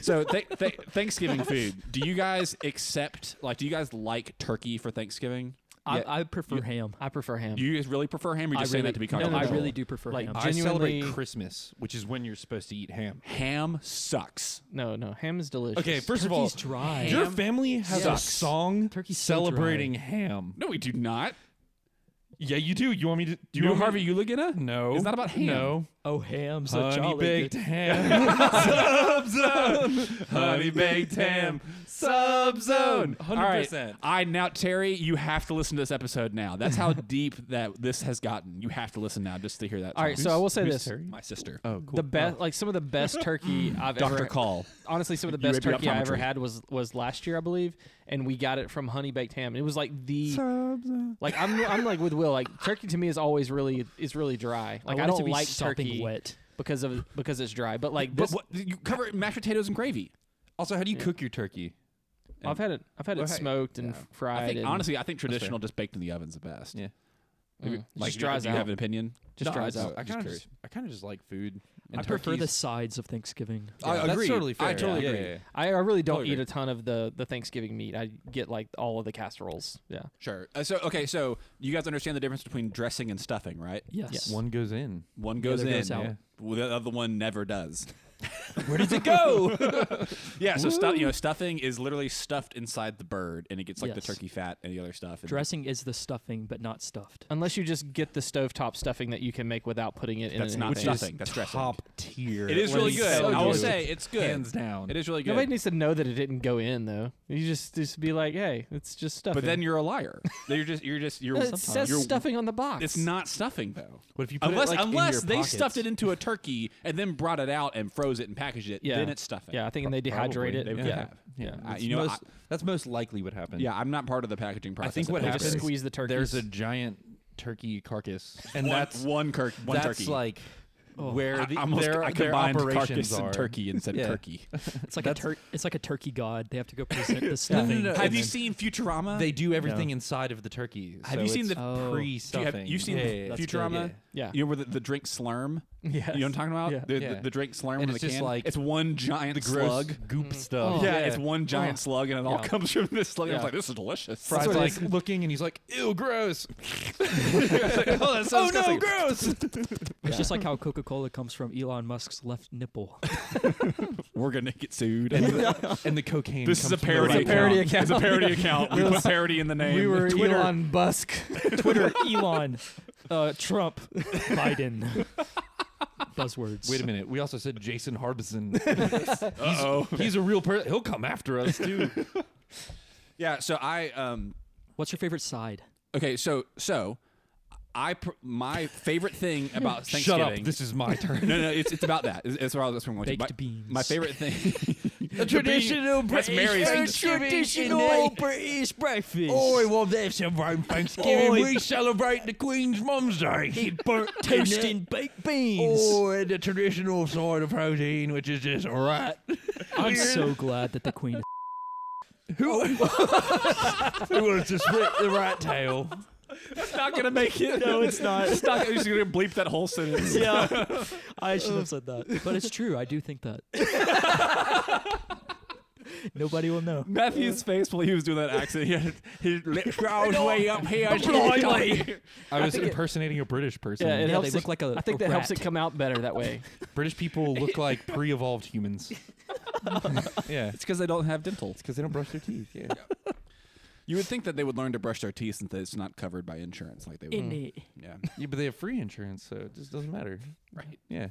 [SPEAKER 1] so th- th- Thanksgiving food. Do you guys accept? Like, do you guys like turkey for Thanksgiving?
[SPEAKER 4] I,
[SPEAKER 3] Yeah.
[SPEAKER 4] I prefer ham.
[SPEAKER 2] I prefer him.
[SPEAKER 1] Do you guys really prefer ham? Or you
[SPEAKER 4] I
[SPEAKER 1] just saying
[SPEAKER 4] really,
[SPEAKER 1] that to be
[SPEAKER 4] no, I
[SPEAKER 1] controversial?
[SPEAKER 4] really do prefer
[SPEAKER 2] Like,
[SPEAKER 4] ham.
[SPEAKER 2] I
[SPEAKER 3] I celebrate
[SPEAKER 2] genuinely-
[SPEAKER 3] Christmas, which is when you're supposed to eat ham.
[SPEAKER 1] Ham sucks.
[SPEAKER 2] no, no, ham is delicious.
[SPEAKER 3] Okay, first of all,
[SPEAKER 4] Turkey's dry.
[SPEAKER 3] your family has
[SPEAKER 1] sucks.
[SPEAKER 3] a song
[SPEAKER 4] Turkey's so
[SPEAKER 3] celebrating ham.
[SPEAKER 1] No, we do not.
[SPEAKER 3] Yeah, you do. You want me to? Do
[SPEAKER 1] Do you
[SPEAKER 3] you
[SPEAKER 1] know
[SPEAKER 3] want me-
[SPEAKER 1] Harvey Uligina?
[SPEAKER 3] No,
[SPEAKER 1] It's not about ham.
[SPEAKER 3] No,
[SPEAKER 4] oh, ham's a
[SPEAKER 3] honey
[SPEAKER 4] jolly
[SPEAKER 3] baked
[SPEAKER 4] good- <laughs>
[SPEAKER 3] ham, subzone. Honey baked ham, subzone.
[SPEAKER 1] All
[SPEAKER 3] Hundred
[SPEAKER 1] right.
[SPEAKER 3] percent.
[SPEAKER 1] I now Terry, you have to listen to this episode now. That's how deep that this has gotten. You have to listen now just to hear that.
[SPEAKER 2] all right.
[SPEAKER 1] song.
[SPEAKER 2] So I will say
[SPEAKER 3] who's
[SPEAKER 2] this:
[SPEAKER 3] Terry?
[SPEAKER 1] my sister,
[SPEAKER 3] Oh, cool.
[SPEAKER 2] the best, like some of the
[SPEAKER 1] <laughs>
[SPEAKER 2] best turkey I've ever.
[SPEAKER 1] Doctor Call.
[SPEAKER 2] honestly some of the
[SPEAKER 1] You
[SPEAKER 2] best
[SPEAKER 1] may be
[SPEAKER 2] turkey I ever
[SPEAKER 1] optometry.
[SPEAKER 2] had was was last year I believe, and we got it from Honey Baked Ham. It was like the like I'm I'm like with Will like turkey to me is always really is really dry. Like I,
[SPEAKER 4] want it
[SPEAKER 2] don't
[SPEAKER 4] to be
[SPEAKER 2] like
[SPEAKER 4] sopping
[SPEAKER 2] turkey
[SPEAKER 4] wet.
[SPEAKER 2] because of because it's dry. But like
[SPEAKER 1] But
[SPEAKER 2] this,
[SPEAKER 1] what, you cover it in mashed potatoes and gravy.
[SPEAKER 3] Also, how do you cook your turkey?
[SPEAKER 2] I've had it I've had it
[SPEAKER 3] Okay.
[SPEAKER 2] smoked and f- fried.
[SPEAKER 1] I think
[SPEAKER 2] and,
[SPEAKER 1] honestly, I think traditional just baked in the oven's the best.
[SPEAKER 3] Yeah.
[SPEAKER 2] mm, it
[SPEAKER 1] Like,
[SPEAKER 2] just
[SPEAKER 1] do you-
[SPEAKER 2] dries
[SPEAKER 1] do you
[SPEAKER 2] out.
[SPEAKER 1] have an opinion?
[SPEAKER 2] just
[SPEAKER 3] No,
[SPEAKER 2] dries
[SPEAKER 3] I
[SPEAKER 2] out.
[SPEAKER 3] I
[SPEAKER 1] Just
[SPEAKER 3] kind of
[SPEAKER 1] curious.
[SPEAKER 3] just, I kind of just like food. And
[SPEAKER 4] I prefer the
[SPEAKER 3] turkeys-
[SPEAKER 4] sides of Thanksgiving.
[SPEAKER 1] I
[SPEAKER 3] that's
[SPEAKER 1] agree.
[SPEAKER 3] totally fair.
[SPEAKER 1] I totally
[SPEAKER 3] Yeah,
[SPEAKER 1] agree.
[SPEAKER 3] yeah, yeah.
[SPEAKER 2] I, I really don't
[SPEAKER 1] Totally
[SPEAKER 2] eat a ton of the the Thanksgiving meat. I get like all of the casseroles. Yeah.
[SPEAKER 1] Sure. Uh, so okay, so you guys understand the difference between dressing and stuffing, right?
[SPEAKER 4] Yes.
[SPEAKER 3] One goes in.
[SPEAKER 1] One goes
[SPEAKER 4] other
[SPEAKER 1] in,
[SPEAKER 4] goes out.
[SPEAKER 1] yeah. well, the other one never does.
[SPEAKER 3] <laughs> Where does it go?
[SPEAKER 1] <laughs> Yeah. So stuff, you know, stuffing is literally stuffed inside the bird, and it gets like the
[SPEAKER 4] Yes.
[SPEAKER 1] turkey fat and the other stuff. And
[SPEAKER 4] Dressing is the stuffing, but not stuffed.
[SPEAKER 2] <laughs> Unless you just get the stovetop stuffing that you can make without putting it in
[SPEAKER 1] That's
[SPEAKER 2] an
[SPEAKER 1] not
[SPEAKER 2] anything.
[SPEAKER 1] stuffing. That's dressing.
[SPEAKER 3] top tier.
[SPEAKER 1] It is
[SPEAKER 3] What
[SPEAKER 1] really
[SPEAKER 3] is
[SPEAKER 1] good.
[SPEAKER 3] so
[SPEAKER 1] I will
[SPEAKER 3] good.
[SPEAKER 1] say it's good.
[SPEAKER 3] hands down.
[SPEAKER 1] It is really good.
[SPEAKER 2] Nobody needs to know that it didn't go in though. You just just be like, hey, it's just stuffing.
[SPEAKER 1] but then you're a liar. you're just you're just
[SPEAKER 3] <laughs>
[SPEAKER 1] you're.
[SPEAKER 2] it says
[SPEAKER 1] you're-
[SPEAKER 2] stuffing on the box.
[SPEAKER 1] It's not stuffing though.
[SPEAKER 3] What if you put
[SPEAKER 1] Unless
[SPEAKER 3] it, like, in
[SPEAKER 1] unless
[SPEAKER 3] your
[SPEAKER 1] they
[SPEAKER 3] pockets?
[SPEAKER 1] stuffed it into a turkey and then brought it out and froze it and packaged it,
[SPEAKER 2] Yeah.
[SPEAKER 1] then it's stuffing.
[SPEAKER 2] Yeah, I think and they dehydrate
[SPEAKER 3] Probably.
[SPEAKER 2] it.
[SPEAKER 1] They
[SPEAKER 2] yeah.
[SPEAKER 1] could have.
[SPEAKER 2] Yeah.
[SPEAKER 1] I-
[SPEAKER 3] That's
[SPEAKER 1] you know,
[SPEAKER 3] most- that's most likely what happened.
[SPEAKER 1] Yeah, I'm not part of the packaging process.
[SPEAKER 3] think
[SPEAKER 1] at
[SPEAKER 3] what
[SPEAKER 2] They
[SPEAKER 1] Pillsbury.
[SPEAKER 2] just
[SPEAKER 3] happens-
[SPEAKER 2] squeeze the turkey.
[SPEAKER 3] There's a giant turkey carcass, and
[SPEAKER 1] One-
[SPEAKER 3] that's
[SPEAKER 1] one, cur- one
[SPEAKER 3] that's
[SPEAKER 1] turkey.
[SPEAKER 3] like where
[SPEAKER 1] I,
[SPEAKER 3] the,
[SPEAKER 1] almost,
[SPEAKER 3] their,
[SPEAKER 1] I
[SPEAKER 3] their
[SPEAKER 1] combined
[SPEAKER 3] operations
[SPEAKER 1] carcass
[SPEAKER 3] are.
[SPEAKER 1] and turkey and said
[SPEAKER 3] Yeah.
[SPEAKER 1] turkey.
[SPEAKER 3] <laughs>
[SPEAKER 4] It's like a tur- it's like a turkey god. They have to go present the stuff.
[SPEAKER 3] no,
[SPEAKER 1] Have you
[SPEAKER 3] then-
[SPEAKER 1] seen Futurama?
[SPEAKER 3] They do everything inside of the turkey.
[SPEAKER 1] Have
[SPEAKER 3] so
[SPEAKER 1] you seen
[SPEAKER 3] it's
[SPEAKER 1] the-
[SPEAKER 4] Oh.
[SPEAKER 1] Do you have-
[SPEAKER 3] pre-stuffing?
[SPEAKER 1] you've seen
[SPEAKER 4] <laughs>
[SPEAKER 3] Yeah,
[SPEAKER 1] the
[SPEAKER 3] yeah, yeah.
[SPEAKER 1] f- Futurama?
[SPEAKER 2] Yeah.
[SPEAKER 1] You know where the, the drink slurm?
[SPEAKER 2] Yes.
[SPEAKER 1] You know what I'm talking about?
[SPEAKER 2] Yeah.
[SPEAKER 1] The,
[SPEAKER 3] Yeah.
[SPEAKER 1] the, the drink slurm
[SPEAKER 3] And
[SPEAKER 1] in
[SPEAKER 3] it's
[SPEAKER 1] the
[SPEAKER 3] just
[SPEAKER 1] can.
[SPEAKER 3] like
[SPEAKER 1] it's one giant slug.
[SPEAKER 3] Gross goop stuff.
[SPEAKER 1] Yeah, it's one
[SPEAKER 3] Oh.
[SPEAKER 1] giant slug, and it all
[SPEAKER 2] Yeah.
[SPEAKER 1] comes from this slug. I
[SPEAKER 2] Yeah.
[SPEAKER 1] was like, this is delicious.
[SPEAKER 3] Fry's
[SPEAKER 2] what it
[SPEAKER 3] like
[SPEAKER 2] is.
[SPEAKER 3] looking and he's like, ew, gross. <laughs> oh, that sounds no, gross.
[SPEAKER 4] It's just like how Coca Cola comes from Elon Musk's left nipple.
[SPEAKER 1] We're gonna get sued.
[SPEAKER 3] and, the, and the cocaine.
[SPEAKER 1] this is
[SPEAKER 3] comes
[SPEAKER 1] a
[SPEAKER 3] from the
[SPEAKER 1] parody.
[SPEAKER 3] right
[SPEAKER 2] parody
[SPEAKER 3] account.
[SPEAKER 2] account.
[SPEAKER 1] It's a
[SPEAKER 3] <laughs>
[SPEAKER 1] parody account. we put parody in the name.
[SPEAKER 2] We were
[SPEAKER 1] Twitter.
[SPEAKER 2] Elon Musk.
[SPEAKER 4] Twitter, Elon, uh, Trump, Biden. Buzzwords.
[SPEAKER 3] Wait a minute. We also said Jason Harbison.
[SPEAKER 1] Uh-oh.
[SPEAKER 3] he's a real person. He'll come after us too.
[SPEAKER 1] Yeah. So I um.
[SPEAKER 4] What's your favorite side?
[SPEAKER 1] Okay. So so, I pr- my favorite thing about
[SPEAKER 3] <laughs> Shut
[SPEAKER 1] Thanksgiving.
[SPEAKER 3] up. This is my
[SPEAKER 1] <laughs>
[SPEAKER 3] turn.
[SPEAKER 1] no, no, it's, it's about that. It's- That's what I was that's what I'm going to.
[SPEAKER 4] Baked
[SPEAKER 1] My,
[SPEAKER 4] beans.
[SPEAKER 1] my favorite thing.
[SPEAKER 3] a
[SPEAKER 1] traditional That's British Mary's- Thanksgiving
[SPEAKER 4] traditional British breakfast.
[SPEAKER 3] well, that's around Thanksgiving.
[SPEAKER 4] Oi.
[SPEAKER 3] We celebrate the Queen's Mum's Day.
[SPEAKER 4] burnt toast and baked beans.
[SPEAKER 3] Oh, and the traditional side of protein, which is just rat.
[SPEAKER 4] I'm so glad that the
[SPEAKER 2] <laughs>
[SPEAKER 4] queen.
[SPEAKER 3] Who <laughs> Who wants to split the rat tail?
[SPEAKER 1] it's <laughs> not gonna make <laughs> it. No, it's not. It's not. It's gonna bleep that whole sentence.
[SPEAKER 2] <laughs>
[SPEAKER 4] yeah, I should have said that. But it's true. I do think that. <laughs> Nobody will know.
[SPEAKER 1] Matthew's face while he was doing that accent, he had his <laughs> lips were all the way up here.
[SPEAKER 2] <laughs>
[SPEAKER 3] I was impersonating a British person.
[SPEAKER 2] Yeah, it
[SPEAKER 4] they
[SPEAKER 2] helps.
[SPEAKER 4] look
[SPEAKER 2] it,
[SPEAKER 4] like a-
[SPEAKER 2] I think
[SPEAKER 4] a
[SPEAKER 2] that helps
[SPEAKER 4] rat.
[SPEAKER 2] it come out better that way.
[SPEAKER 3] British people look like pre-evolved humans. yeah,
[SPEAKER 1] It's because they don't have dental.
[SPEAKER 3] because they don't brush their teeth. Yeah.
[SPEAKER 1] You would think that they would learn to brush their teeth since it's not covered by insurance, like they would.
[SPEAKER 2] Mm.
[SPEAKER 1] Yeah.
[SPEAKER 3] yeah, but they have free insurance, so it just doesn't matter.
[SPEAKER 1] Right.
[SPEAKER 3] Yeah.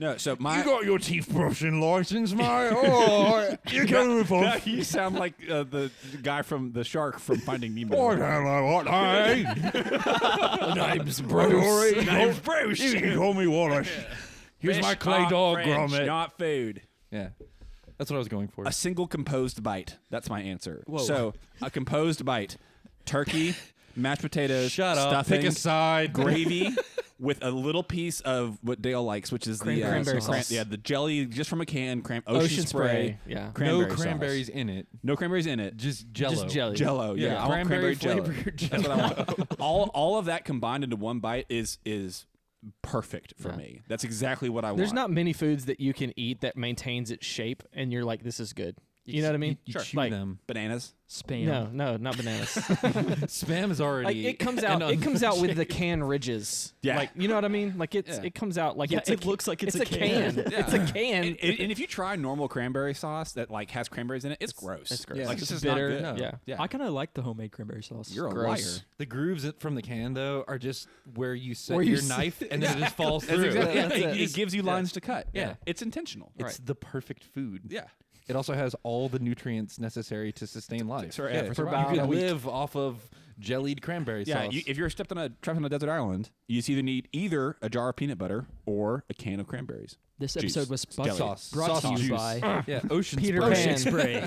[SPEAKER 1] No. So my. <laughs>
[SPEAKER 3] got your teeth brushing license, <laughs> my. Oh, you <laughs> can
[SPEAKER 1] Now you sound like uh, the guy from the shark from Finding Nemo. <laughs>
[SPEAKER 3] hello, hey. Name's Bruce. Name's Bruce. You can call me Wallace. Here's
[SPEAKER 1] Fish
[SPEAKER 3] my clay
[SPEAKER 1] are
[SPEAKER 3] dog,
[SPEAKER 1] French,
[SPEAKER 3] grommet.
[SPEAKER 1] Not food.
[SPEAKER 3] Yeah, that's what I was going for.
[SPEAKER 1] A single composed bite. That's my answer.
[SPEAKER 4] Whoa.
[SPEAKER 1] So a composed bite: turkey, mashed potatoes,
[SPEAKER 3] Shut up.
[SPEAKER 1] stuffing,
[SPEAKER 3] Pick a side.
[SPEAKER 1] gravy with a little piece of what Dale likes, which is
[SPEAKER 4] Cran-
[SPEAKER 1] the uh,
[SPEAKER 4] cranberry
[SPEAKER 1] cran-
[SPEAKER 4] sauce.
[SPEAKER 1] yeah, the jelly just from a can, cram- ocean, spray,
[SPEAKER 2] Yeah.
[SPEAKER 1] cranberry
[SPEAKER 3] no
[SPEAKER 1] sauce.
[SPEAKER 3] cranberries in it.
[SPEAKER 1] no cranberries in it,
[SPEAKER 3] Just Jello.
[SPEAKER 2] Just jelly.
[SPEAKER 1] Jello, yeah,
[SPEAKER 3] Yeah,
[SPEAKER 1] I want cranberry
[SPEAKER 3] cranberry
[SPEAKER 1] jello.
[SPEAKER 3] flavored
[SPEAKER 1] <laughs> That's what I want. all all of that combined into one bite is is perfect for
[SPEAKER 2] Yeah.
[SPEAKER 1] me. That's exactly what I
[SPEAKER 2] There's
[SPEAKER 1] want.
[SPEAKER 2] not many foods that you can eat that maintains its shape, and you're like, this is good. You know what I mean?
[SPEAKER 3] You,
[SPEAKER 1] Sure.
[SPEAKER 3] chew
[SPEAKER 2] Like-
[SPEAKER 3] them.
[SPEAKER 1] bananas.
[SPEAKER 4] Spam.
[SPEAKER 2] No, no, not bananas.
[SPEAKER 3] Spam is
[SPEAKER 2] like
[SPEAKER 3] already.
[SPEAKER 2] it comes
[SPEAKER 3] an
[SPEAKER 2] out, it
[SPEAKER 3] un-
[SPEAKER 2] <laughs> comes out with the can ridges.
[SPEAKER 1] Yeah.
[SPEAKER 2] Like you know what I mean? Like it's
[SPEAKER 3] Yeah.
[SPEAKER 2] it comes out like
[SPEAKER 4] Yeah,
[SPEAKER 2] it's a
[SPEAKER 4] it
[SPEAKER 2] ca-
[SPEAKER 4] looks like it's a
[SPEAKER 2] a
[SPEAKER 4] can.
[SPEAKER 2] can. It's a can.
[SPEAKER 1] And, and, and if you try normal cranberry sauce that like has cranberries in it, it's, gross.
[SPEAKER 2] it's gross.
[SPEAKER 1] Like
[SPEAKER 2] It's
[SPEAKER 1] this is
[SPEAKER 3] bitter.
[SPEAKER 1] Not
[SPEAKER 3] No.
[SPEAKER 1] good.
[SPEAKER 2] yeah.
[SPEAKER 3] Yeah.
[SPEAKER 4] I kind of like the homemade cranberry sauce.
[SPEAKER 1] You're a
[SPEAKER 2] Gross.
[SPEAKER 1] liar.
[SPEAKER 3] the grooves that- from the can though are just where you set
[SPEAKER 2] Where you
[SPEAKER 3] your
[SPEAKER 2] s-
[SPEAKER 3] knife and then it just falls through.
[SPEAKER 1] Exactly.
[SPEAKER 2] that's
[SPEAKER 1] it,
[SPEAKER 2] it.
[SPEAKER 1] it gives you lines to cut.
[SPEAKER 3] Yeah.
[SPEAKER 1] It's intentional.
[SPEAKER 3] It's the perfect food.
[SPEAKER 1] Yeah.
[SPEAKER 3] It also has all the nutrients necessary to sustain life.
[SPEAKER 1] for- yeah, for
[SPEAKER 3] you
[SPEAKER 1] survival.
[SPEAKER 3] can
[SPEAKER 1] A week.
[SPEAKER 3] live off of jellied cranberry
[SPEAKER 1] Yeah,
[SPEAKER 3] sauce.
[SPEAKER 1] you, if you're stepped on a trapped on a desert island, you either need either a jar of peanut butter or a can of cranberries.
[SPEAKER 4] This
[SPEAKER 1] Juice.
[SPEAKER 4] episode was brought,
[SPEAKER 1] Jelly. Sauce.
[SPEAKER 4] brought to
[SPEAKER 3] Sauce
[SPEAKER 4] you
[SPEAKER 3] juice.
[SPEAKER 4] by
[SPEAKER 3] <laughs> yeah, ocean
[SPEAKER 2] Peter
[SPEAKER 3] spray. <laughs>
[SPEAKER 2] Pan.
[SPEAKER 4] Spray.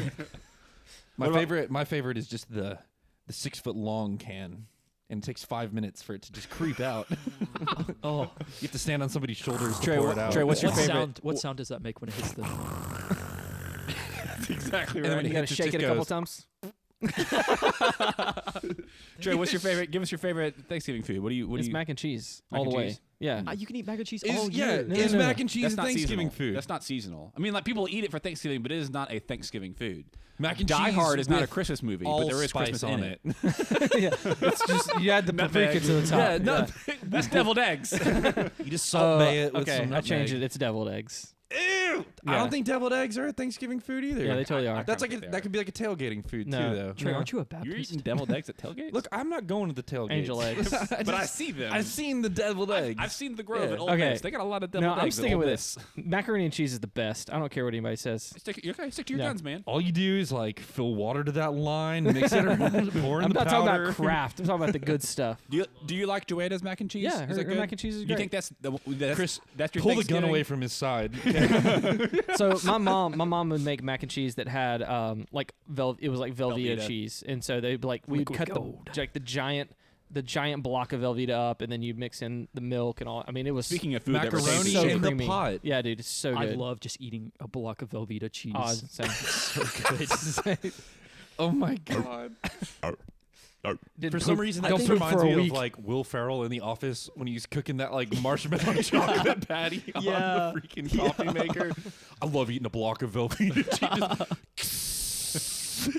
[SPEAKER 3] My
[SPEAKER 1] What about-
[SPEAKER 3] favorite, my favorite is just the the six foot long can, and it takes five minutes for it to just creep out. you
[SPEAKER 4] Oh,
[SPEAKER 3] have to stand on somebody's shoulders
[SPEAKER 1] Trey,
[SPEAKER 3] to pour
[SPEAKER 1] what-
[SPEAKER 3] it out.
[SPEAKER 1] Trey, what's your
[SPEAKER 4] what
[SPEAKER 1] favorite?
[SPEAKER 4] sound? What sound does that make when it hits the?
[SPEAKER 1] exactly
[SPEAKER 3] then when
[SPEAKER 2] You
[SPEAKER 3] it
[SPEAKER 2] gotta
[SPEAKER 3] hits, it
[SPEAKER 2] shake
[SPEAKER 3] just
[SPEAKER 2] it a couple
[SPEAKER 3] goes.
[SPEAKER 2] times.
[SPEAKER 1] Trey, what's your favorite? Give us your favorite Thanksgiving food. What do you? What
[SPEAKER 2] It's
[SPEAKER 1] do you?
[SPEAKER 2] mac and cheese
[SPEAKER 1] Mac
[SPEAKER 2] all
[SPEAKER 1] and
[SPEAKER 2] the way.
[SPEAKER 1] cheese?
[SPEAKER 2] Yeah.
[SPEAKER 4] Ah, you can eat mac and cheese
[SPEAKER 3] Is,
[SPEAKER 4] all
[SPEAKER 3] yeah,
[SPEAKER 4] year.
[SPEAKER 2] No,
[SPEAKER 3] is
[SPEAKER 2] no, no.
[SPEAKER 3] mac and cheese
[SPEAKER 1] that's
[SPEAKER 3] a
[SPEAKER 1] not
[SPEAKER 3] Thanksgiving
[SPEAKER 1] seasonal.
[SPEAKER 3] food?
[SPEAKER 1] That's not seasonal. I mean, like people eat it for Thanksgiving, but it is not a Thanksgiving food.
[SPEAKER 3] mac and
[SPEAKER 1] Die
[SPEAKER 3] cheese
[SPEAKER 1] Hard is not a
[SPEAKER 3] with
[SPEAKER 1] Christmas movie,
[SPEAKER 3] all
[SPEAKER 1] but there is
[SPEAKER 3] spice
[SPEAKER 1] Christmas
[SPEAKER 3] on
[SPEAKER 1] in it.
[SPEAKER 2] yeah. It's just you add the paprika to the top.
[SPEAKER 3] Yeah, no,
[SPEAKER 1] <laughs> That's deviled eggs.
[SPEAKER 3] you just
[SPEAKER 2] Uh,
[SPEAKER 3] salt bay it with
[SPEAKER 2] okay,
[SPEAKER 3] some
[SPEAKER 2] I changed it. It's deviled eggs.
[SPEAKER 3] Ew! I
[SPEAKER 2] Yeah.
[SPEAKER 3] don't think deviled eggs are a Thanksgiving food either.
[SPEAKER 2] Yeah, they totally are.
[SPEAKER 1] I
[SPEAKER 3] That's
[SPEAKER 1] don't
[SPEAKER 3] like a,
[SPEAKER 1] think they
[SPEAKER 3] that
[SPEAKER 1] are.
[SPEAKER 3] could be like a tailgating food
[SPEAKER 2] No.
[SPEAKER 3] too, though.
[SPEAKER 4] Trey,
[SPEAKER 2] No.
[SPEAKER 4] aren't you a Baptist?
[SPEAKER 1] You're eating deviled eggs at tailgates.
[SPEAKER 3] Look, I'm not going to the tailgate. <laughs>
[SPEAKER 2] Angel eggs.
[SPEAKER 1] but I see them.
[SPEAKER 3] I've seen the deviled eggs.
[SPEAKER 1] I've seen the Grove
[SPEAKER 3] Yeah.
[SPEAKER 1] at Ole
[SPEAKER 2] Okay.
[SPEAKER 1] Miss. They got a lot of deviled
[SPEAKER 2] No,
[SPEAKER 1] eggs.
[SPEAKER 2] I'm
[SPEAKER 1] at
[SPEAKER 2] sticking
[SPEAKER 1] Ole
[SPEAKER 2] with
[SPEAKER 1] Miss.
[SPEAKER 2] this. Macaroni and cheese is the best. I don't care what anybody says.
[SPEAKER 1] Stick, okay, stick to your
[SPEAKER 2] Yeah.
[SPEAKER 1] guns, man.
[SPEAKER 3] All you do is like fill water to that line, mix
[SPEAKER 2] <laughs>
[SPEAKER 3] it around, pour in
[SPEAKER 2] I'm
[SPEAKER 3] the
[SPEAKER 2] not talking
[SPEAKER 3] powder.
[SPEAKER 2] about craft. I'm talking about the good stuff.
[SPEAKER 1] Do you, do you like Joanna's mac and cheese?
[SPEAKER 2] Yeah,
[SPEAKER 1] Is
[SPEAKER 2] her,
[SPEAKER 1] that
[SPEAKER 2] her
[SPEAKER 1] good?
[SPEAKER 2] mac and cheese is
[SPEAKER 1] You
[SPEAKER 2] great.
[SPEAKER 1] think that's the that's,
[SPEAKER 3] Chris,
[SPEAKER 1] That's your
[SPEAKER 3] Pull the gun away
[SPEAKER 1] Thanksgiving?
[SPEAKER 3] from his side.
[SPEAKER 2] <laughs> so my mom, my mom would make mac and cheese that had um like vel- it was like Velveeta
[SPEAKER 1] Velveeta.
[SPEAKER 2] cheese, and so they'd be like we'd
[SPEAKER 4] Liquid
[SPEAKER 2] cut
[SPEAKER 4] gold.
[SPEAKER 2] the like the giant the giant block of Velveeta up, and then you mix in the milk and all. I mean, it was
[SPEAKER 1] Speaking of food, that
[SPEAKER 6] Macaroni
[SPEAKER 1] retains
[SPEAKER 6] and
[SPEAKER 2] so
[SPEAKER 1] shape.
[SPEAKER 6] in the
[SPEAKER 2] creamy.
[SPEAKER 6] pot.
[SPEAKER 2] Yeah, dude, it's so
[SPEAKER 4] I
[SPEAKER 2] good.
[SPEAKER 4] love just eating a block of Velveeta cheese.
[SPEAKER 2] Oh,
[SPEAKER 4] <laughs>
[SPEAKER 2] it's insane.
[SPEAKER 4] so good.
[SPEAKER 6] Oh my god!
[SPEAKER 2] Dude, <laughs>
[SPEAKER 6] For some
[SPEAKER 2] poop-
[SPEAKER 6] reason,
[SPEAKER 2] I
[SPEAKER 6] that
[SPEAKER 2] don't
[SPEAKER 6] just
[SPEAKER 2] poop
[SPEAKER 6] reminds
[SPEAKER 2] for a
[SPEAKER 6] me
[SPEAKER 2] week.
[SPEAKER 6] of like Will Ferrell in The Office when he's cooking that like
[SPEAKER 2] <laughs>
[SPEAKER 6] marshmallow <laughs> chocolate patty
[SPEAKER 4] Yeah.
[SPEAKER 6] on the freaking coffee maker. I love eating a block of Velveeta
[SPEAKER 2] <laughs>
[SPEAKER 6] cheese.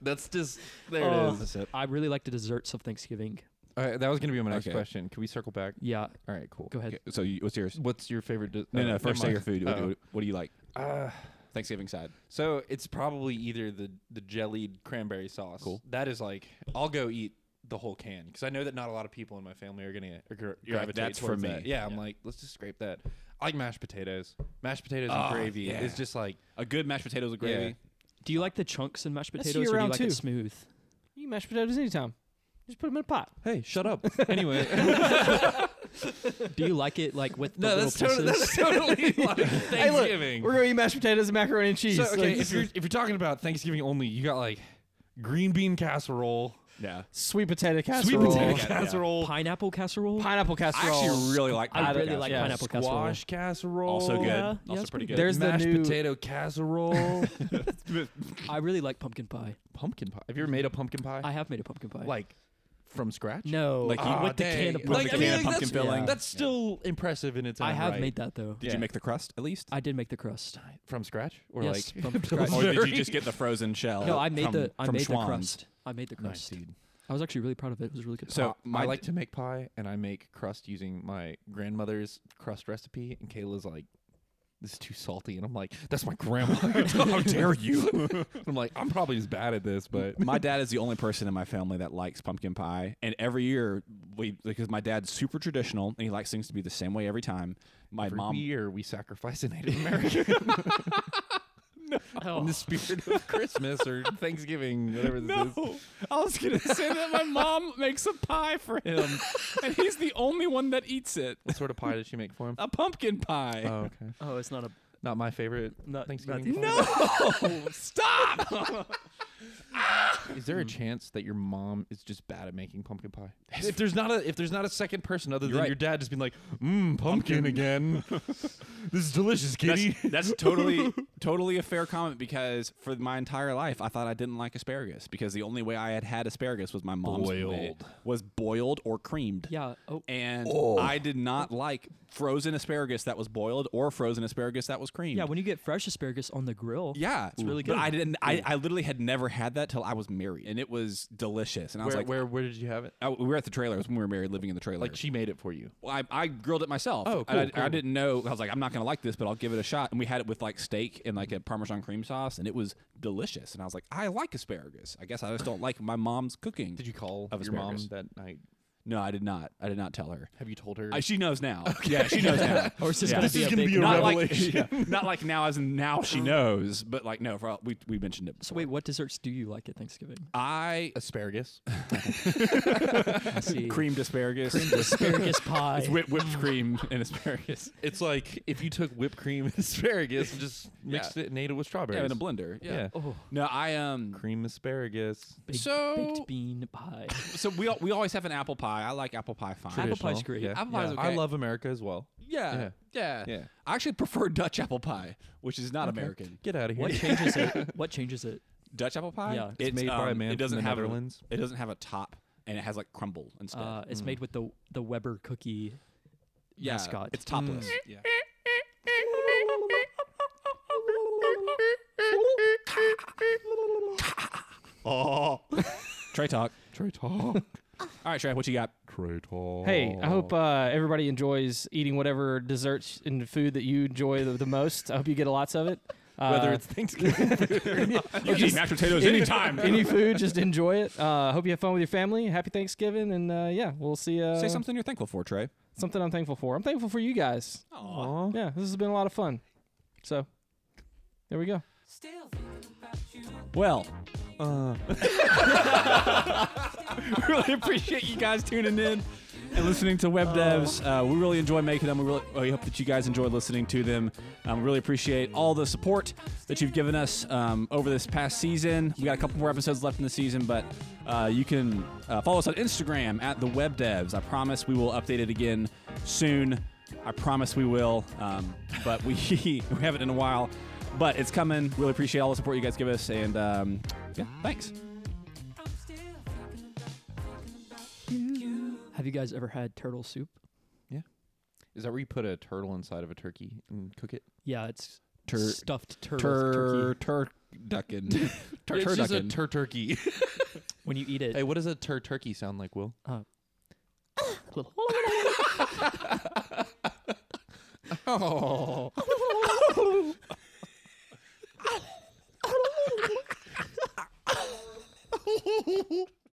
[SPEAKER 6] <laughs> That's just there
[SPEAKER 4] Oh.
[SPEAKER 6] it is.
[SPEAKER 3] That's it.
[SPEAKER 4] I really like the desserts of Thanksgiving.
[SPEAKER 3] All right, that was gonna be my next
[SPEAKER 1] Okay.
[SPEAKER 3] question. Can we circle back?
[SPEAKER 4] Yeah,
[SPEAKER 3] All right, cool.
[SPEAKER 4] go ahead.
[SPEAKER 1] So you, what's yours?
[SPEAKER 3] What's your favorite? Di-
[SPEAKER 1] No,
[SPEAKER 3] uh,
[SPEAKER 1] no.
[SPEAKER 3] never
[SPEAKER 1] First, say your
[SPEAKER 3] mind.
[SPEAKER 1] food. What,
[SPEAKER 3] Oh.
[SPEAKER 1] what, what do you like?
[SPEAKER 6] Ah.
[SPEAKER 3] Uh,
[SPEAKER 1] Thanksgiving side.
[SPEAKER 3] so it's probably either the the jellied cranberry sauce.
[SPEAKER 1] Cool.
[SPEAKER 3] That is like I'll go eat the whole can because I know that not a lot of people in my family are gonna are gra- gravitate
[SPEAKER 1] that's for
[SPEAKER 3] towards
[SPEAKER 1] me.
[SPEAKER 3] that. Yeah, I'm
[SPEAKER 1] Yeah.
[SPEAKER 3] like let's just scrape that. I like mashed potatoes. Mashed potatoes
[SPEAKER 1] Oh,
[SPEAKER 3] and gravy
[SPEAKER 1] yeah.
[SPEAKER 3] It's is just like
[SPEAKER 1] A good mashed potatoes with
[SPEAKER 3] Yeah.
[SPEAKER 1] gravy.
[SPEAKER 4] Do you like the chunks and mashed
[SPEAKER 2] That's
[SPEAKER 4] potatoes, or do you
[SPEAKER 2] year-round,
[SPEAKER 4] like
[SPEAKER 2] too.
[SPEAKER 4] it smooth?
[SPEAKER 2] <laughs> You can mash potatoes anytime. Just put them in a pot.
[SPEAKER 3] hey, shut
[SPEAKER 4] <laughs>
[SPEAKER 3] up. anyway,
[SPEAKER 4] Do you like it like with the
[SPEAKER 3] no,
[SPEAKER 4] little
[SPEAKER 3] that's totally
[SPEAKER 4] pieces?
[SPEAKER 3] that's <laughs> totally like Thanksgiving.
[SPEAKER 2] We're gonna eat mashed potatoes and macaroni and cheese.
[SPEAKER 3] so
[SPEAKER 2] Like,
[SPEAKER 3] okay,
[SPEAKER 2] this
[SPEAKER 3] if you're
[SPEAKER 2] is
[SPEAKER 3] if you're talking about Thanksgiving only, you got like green bean casserole,
[SPEAKER 1] Yeah.
[SPEAKER 2] sweet potato
[SPEAKER 3] sweet
[SPEAKER 2] casserole,
[SPEAKER 3] potato
[SPEAKER 1] Yeah.
[SPEAKER 3] casserole,
[SPEAKER 4] pineapple casserole.
[SPEAKER 2] pineapple
[SPEAKER 1] I
[SPEAKER 2] casserole.
[SPEAKER 1] actually really like.
[SPEAKER 4] I
[SPEAKER 1] pineapple
[SPEAKER 4] really
[SPEAKER 1] casserole.
[SPEAKER 4] like
[SPEAKER 2] Yeah.
[SPEAKER 4] pineapple casserole.
[SPEAKER 3] squash casserole,
[SPEAKER 1] Also good.
[SPEAKER 4] Yeah, yeah,
[SPEAKER 1] also pretty
[SPEAKER 4] it's pretty
[SPEAKER 1] good.
[SPEAKER 2] There's the
[SPEAKER 3] mashed
[SPEAKER 2] new-
[SPEAKER 3] potato casserole,
[SPEAKER 4] I really like pumpkin pie.
[SPEAKER 3] pumpkin pie. Have you ever made a pumpkin pie?
[SPEAKER 4] I have made a pumpkin pie.
[SPEAKER 3] like from scratch?
[SPEAKER 4] no,
[SPEAKER 1] Like,
[SPEAKER 4] like
[SPEAKER 1] you-
[SPEAKER 3] Ah,
[SPEAKER 4] with the
[SPEAKER 3] dang.
[SPEAKER 4] can of
[SPEAKER 3] Like,
[SPEAKER 4] pumpkin.
[SPEAKER 1] With the can of
[SPEAKER 3] like,
[SPEAKER 1] pumpkin
[SPEAKER 4] that's-
[SPEAKER 1] filling.
[SPEAKER 4] yeah.
[SPEAKER 3] That's still impressive in its own
[SPEAKER 4] I have
[SPEAKER 3] right.
[SPEAKER 4] made that though.
[SPEAKER 1] Did
[SPEAKER 3] Yeah.
[SPEAKER 1] you make the crust at least?
[SPEAKER 4] I did make the crust.
[SPEAKER 3] from scratch or
[SPEAKER 4] yes,
[SPEAKER 3] <laughs> like
[SPEAKER 4] from scratch.
[SPEAKER 1] or did
[SPEAKER 3] Sorry.
[SPEAKER 1] you just get the frozen shell?
[SPEAKER 4] <laughs> No, I made
[SPEAKER 1] from,
[SPEAKER 4] the I
[SPEAKER 1] from
[SPEAKER 4] made
[SPEAKER 1] Schwann's?
[SPEAKER 4] the crust. I made the
[SPEAKER 3] nice
[SPEAKER 4] crust.
[SPEAKER 3] dude.
[SPEAKER 4] I was actually really proud of it. It was really good. <laughs>
[SPEAKER 1] So
[SPEAKER 3] Uh,
[SPEAKER 1] my
[SPEAKER 3] I like to make pie and I make crust using my grandmother's crust recipe and Kayla's like this is too salty and I'm like that's my grandma <laughs> how dare you <laughs> I'm like I'm probably as bad at this but
[SPEAKER 1] my dad is the only person in my family that likes pumpkin pie and every year we because my dad's super traditional and he likes things to be the same way every time my <laughs>
[SPEAKER 3] every
[SPEAKER 1] mom
[SPEAKER 3] year we sacrifice a Native
[SPEAKER 4] <laughs>
[SPEAKER 3] American
[SPEAKER 4] Oh.
[SPEAKER 3] in the spirit of Christmas or Thanksgiving whatever
[SPEAKER 4] <laughs>
[SPEAKER 3] this is
[SPEAKER 1] i was gonna say that my mom makes a pie for him and he's the only one that eats it
[SPEAKER 3] what sort of pie did she make for him
[SPEAKER 1] a pumpkin pie
[SPEAKER 3] oh okay
[SPEAKER 4] oh, it's not a
[SPEAKER 3] not my favorite
[SPEAKER 4] not
[SPEAKER 3] Thanksgiving
[SPEAKER 4] not-
[SPEAKER 3] pie. <laughs>
[SPEAKER 1] stop
[SPEAKER 3] Is there a chance that your mom is just bad at making pumpkin pie? If there's not a if there's not a second person other than
[SPEAKER 1] You're right.
[SPEAKER 3] your dad just being like, mmm, pumpkin <laughs> again. this is delicious,
[SPEAKER 1] that's,
[SPEAKER 3] kitty.
[SPEAKER 1] <laughs> that's totally totally a fair comment because for my entire life I thought I didn't like asparagus because the only way I had had asparagus was my mom's way-
[SPEAKER 3] Boiled.
[SPEAKER 1] was boiled or creamed
[SPEAKER 4] Yeah. Oh,
[SPEAKER 1] and I did not like frozen asparagus that was boiled or frozen asparagus that was creamed.
[SPEAKER 4] yeah. When you get fresh asparagus on the grill,
[SPEAKER 1] yeah,
[SPEAKER 4] it's really
[SPEAKER 1] But
[SPEAKER 4] good.
[SPEAKER 1] I didn't. I, I literally had never had that till I was married, and it was delicious. And I was
[SPEAKER 3] <laughs> where,
[SPEAKER 1] like,
[SPEAKER 3] where where did you have it?
[SPEAKER 1] I- we were at the trailers when we were married, living in the trailer.
[SPEAKER 3] Like she made it for you.
[SPEAKER 1] I, I grilled it myself.
[SPEAKER 3] Oh,
[SPEAKER 1] And I,
[SPEAKER 3] cool,
[SPEAKER 1] I
[SPEAKER 3] cool.
[SPEAKER 1] didn't know. I was like, I'm not gonna like this, but I'll give it a shot. And we had it with like steak and like a Parmesan cream sauce, and it was delicious. And I was like, I like asparagus. I guess I just don't like my mom's cooking.
[SPEAKER 3] Did you call
[SPEAKER 1] Of
[SPEAKER 3] your mom
[SPEAKER 1] asparagus.
[SPEAKER 3] that night?
[SPEAKER 1] No, I did not. I did not tell her.
[SPEAKER 3] Have you told her? <laughs>
[SPEAKER 1] I, she knows now. Yeah, she knows now.
[SPEAKER 4] or it's just
[SPEAKER 1] Yeah.
[SPEAKER 4] gonna
[SPEAKER 1] This
[SPEAKER 4] be
[SPEAKER 3] is
[SPEAKER 4] a
[SPEAKER 3] gonna
[SPEAKER 4] big
[SPEAKER 3] be a
[SPEAKER 4] night.
[SPEAKER 1] not like
[SPEAKER 3] revelation.
[SPEAKER 1] <laughs> yeah, not like now as in now she knows, but like no, for all, we we mentioned it.
[SPEAKER 4] So wait, what desserts do you like at Thanksgiving?
[SPEAKER 1] I
[SPEAKER 3] <laughs> asparagus.
[SPEAKER 4] I <laughs> see.
[SPEAKER 1] creamed asparagus,
[SPEAKER 4] <laughs> asparagus
[SPEAKER 1] It's
[SPEAKER 4] pie.
[SPEAKER 1] whip, whipped <laughs> cream and asparagus.
[SPEAKER 3] It's like if you took whipped cream <laughs> and asparagus and just mixed it and ate it with strawberries.
[SPEAKER 1] Yeah, in a blender. Yeah.
[SPEAKER 3] Yeah.
[SPEAKER 4] Oh,
[SPEAKER 1] No, I um.
[SPEAKER 3] Cream asparagus.
[SPEAKER 4] baked,
[SPEAKER 1] So-
[SPEAKER 4] baked bean pie.
[SPEAKER 1] So we al- we always have an apple pie. I like apple pie fine.
[SPEAKER 4] Apple
[SPEAKER 3] Traditional.
[SPEAKER 4] pie's great.
[SPEAKER 3] Yeah.
[SPEAKER 1] Apple pie's
[SPEAKER 3] Yeah.
[SPEAKER 1] okay.
[SPEAKER 3] I love America as well.
[SPEAKER 1] yeah, yeah,
[SPEAKER 3] Yeah.
[SPEAKER 1] I actually prefer Dutch apple pie, which is not
[SPEAKER 3] Okay.
[SPEAKER 1] American.
[SPEAKER 3] Get out of here.
[SPEAKER 4] What changes it? What changes it?
[SPEAKER 1] Dutch apple pie.
[SPEAKER 4] Yeah. It's
[SPEAKER 3] It's made by a
[SPEAKER 1] um,
[SPEAKER 3] man
[SPEAKER 1] It doesn't
[SPEAKER 3] from the
[SPEAKER 1] have a,
[SPEAKER 3] Netherlands.
[SPEAKER 1] it doesn't have a top, and it has like crumble instead.
[SPEAKER 4] Uh, it's made with the the Weber cookie
[SPEAKER 1] yeah,
[SPEAKER 4] mascot.
[SPEAKER 1] It's topless.
[SPEAKER 3] yeah.
[SPEAKER 1] <laughs> Oh, Trey talk.
[SPEAKER 3] <laughs> Trey talk.
[SPEAKER 1] All right, Trey, what you got?
[SPEAKER 3] Trey talk.
[SPEAKER 2] Hey, I hope uh, everybody enjoys eating whatever desserts and food that you enjoy the, the most. I hope you get lots of it. Uh,
[SPEAKER 3] <laughs> whether
[SPEAKER 2] <laughs>
[SPEAKER 3] it's Thanksgiving.
[SPEAKER 1] You can eat mashed potatoes anytime.
[SPEAKER 2] any food, just enjoy it. Uh, hope you have fun with your family. Happy Thanksgiving, and uh, yeah, we'll see. Uh,
[SPEAKER 1] Say something you're thankful for, Trey.
[SPEAKER 2] Something I'm thankful for. I'm thankful for you guys.
[SPEAKER 3] Aw.
[SPEAKER 2] Yeah, this has been a lot of fun. So, there we go.
[SPEAKER 1] Well, uh, <laughs> really appreciate you guys tuning in and listening to Web Devs.
[SPEAKER 6] Oh.
[SPEAKER 1] Uh, we really enjoy making them. We really we hope that you guys enjoy listening to them. Um, really appreciate all the support. that you've given us um, over this past season. We got a couple more episodes left in the season, but uh, you can uh, follow us on Instagram at the Web Devs. I promise we will update it again soon. I promise we will, um, <laughs> but we we haven't in a while. But it's coming. Really appreciate all the support you guys give us, and um, yeah, thanks.
[SPEAKER 7] I'm still thinking about, thinking about you.
[SPEAKER 4] Have you guys ever had turtle soup?
[SPEAKER 3] Is that where you put a turtle inside of a turkey and cook it?
[SPEAKER 4] Yeah, it's
[SPEAKER 3] Tur-
[SPEAKER 4] stuffed turtle
[SPEAKER 3] Tur
[SPEAKER 4] turkey.
[SPEAKER 3] tur
[SPEAKER 1] <laughs>
[SPEAKER 3] duckin. Tur
[SPEAKER 6] It's just a
[SPEAKER 3] turducken. tur turkey.
[SPEAKER 4] When you eat it,
[SPEAKER 3] hey, what <laughs> does a tur turkey sound like, Will?
[SPEAKER 4] <laughs>
[SPEAKER 6] Oh.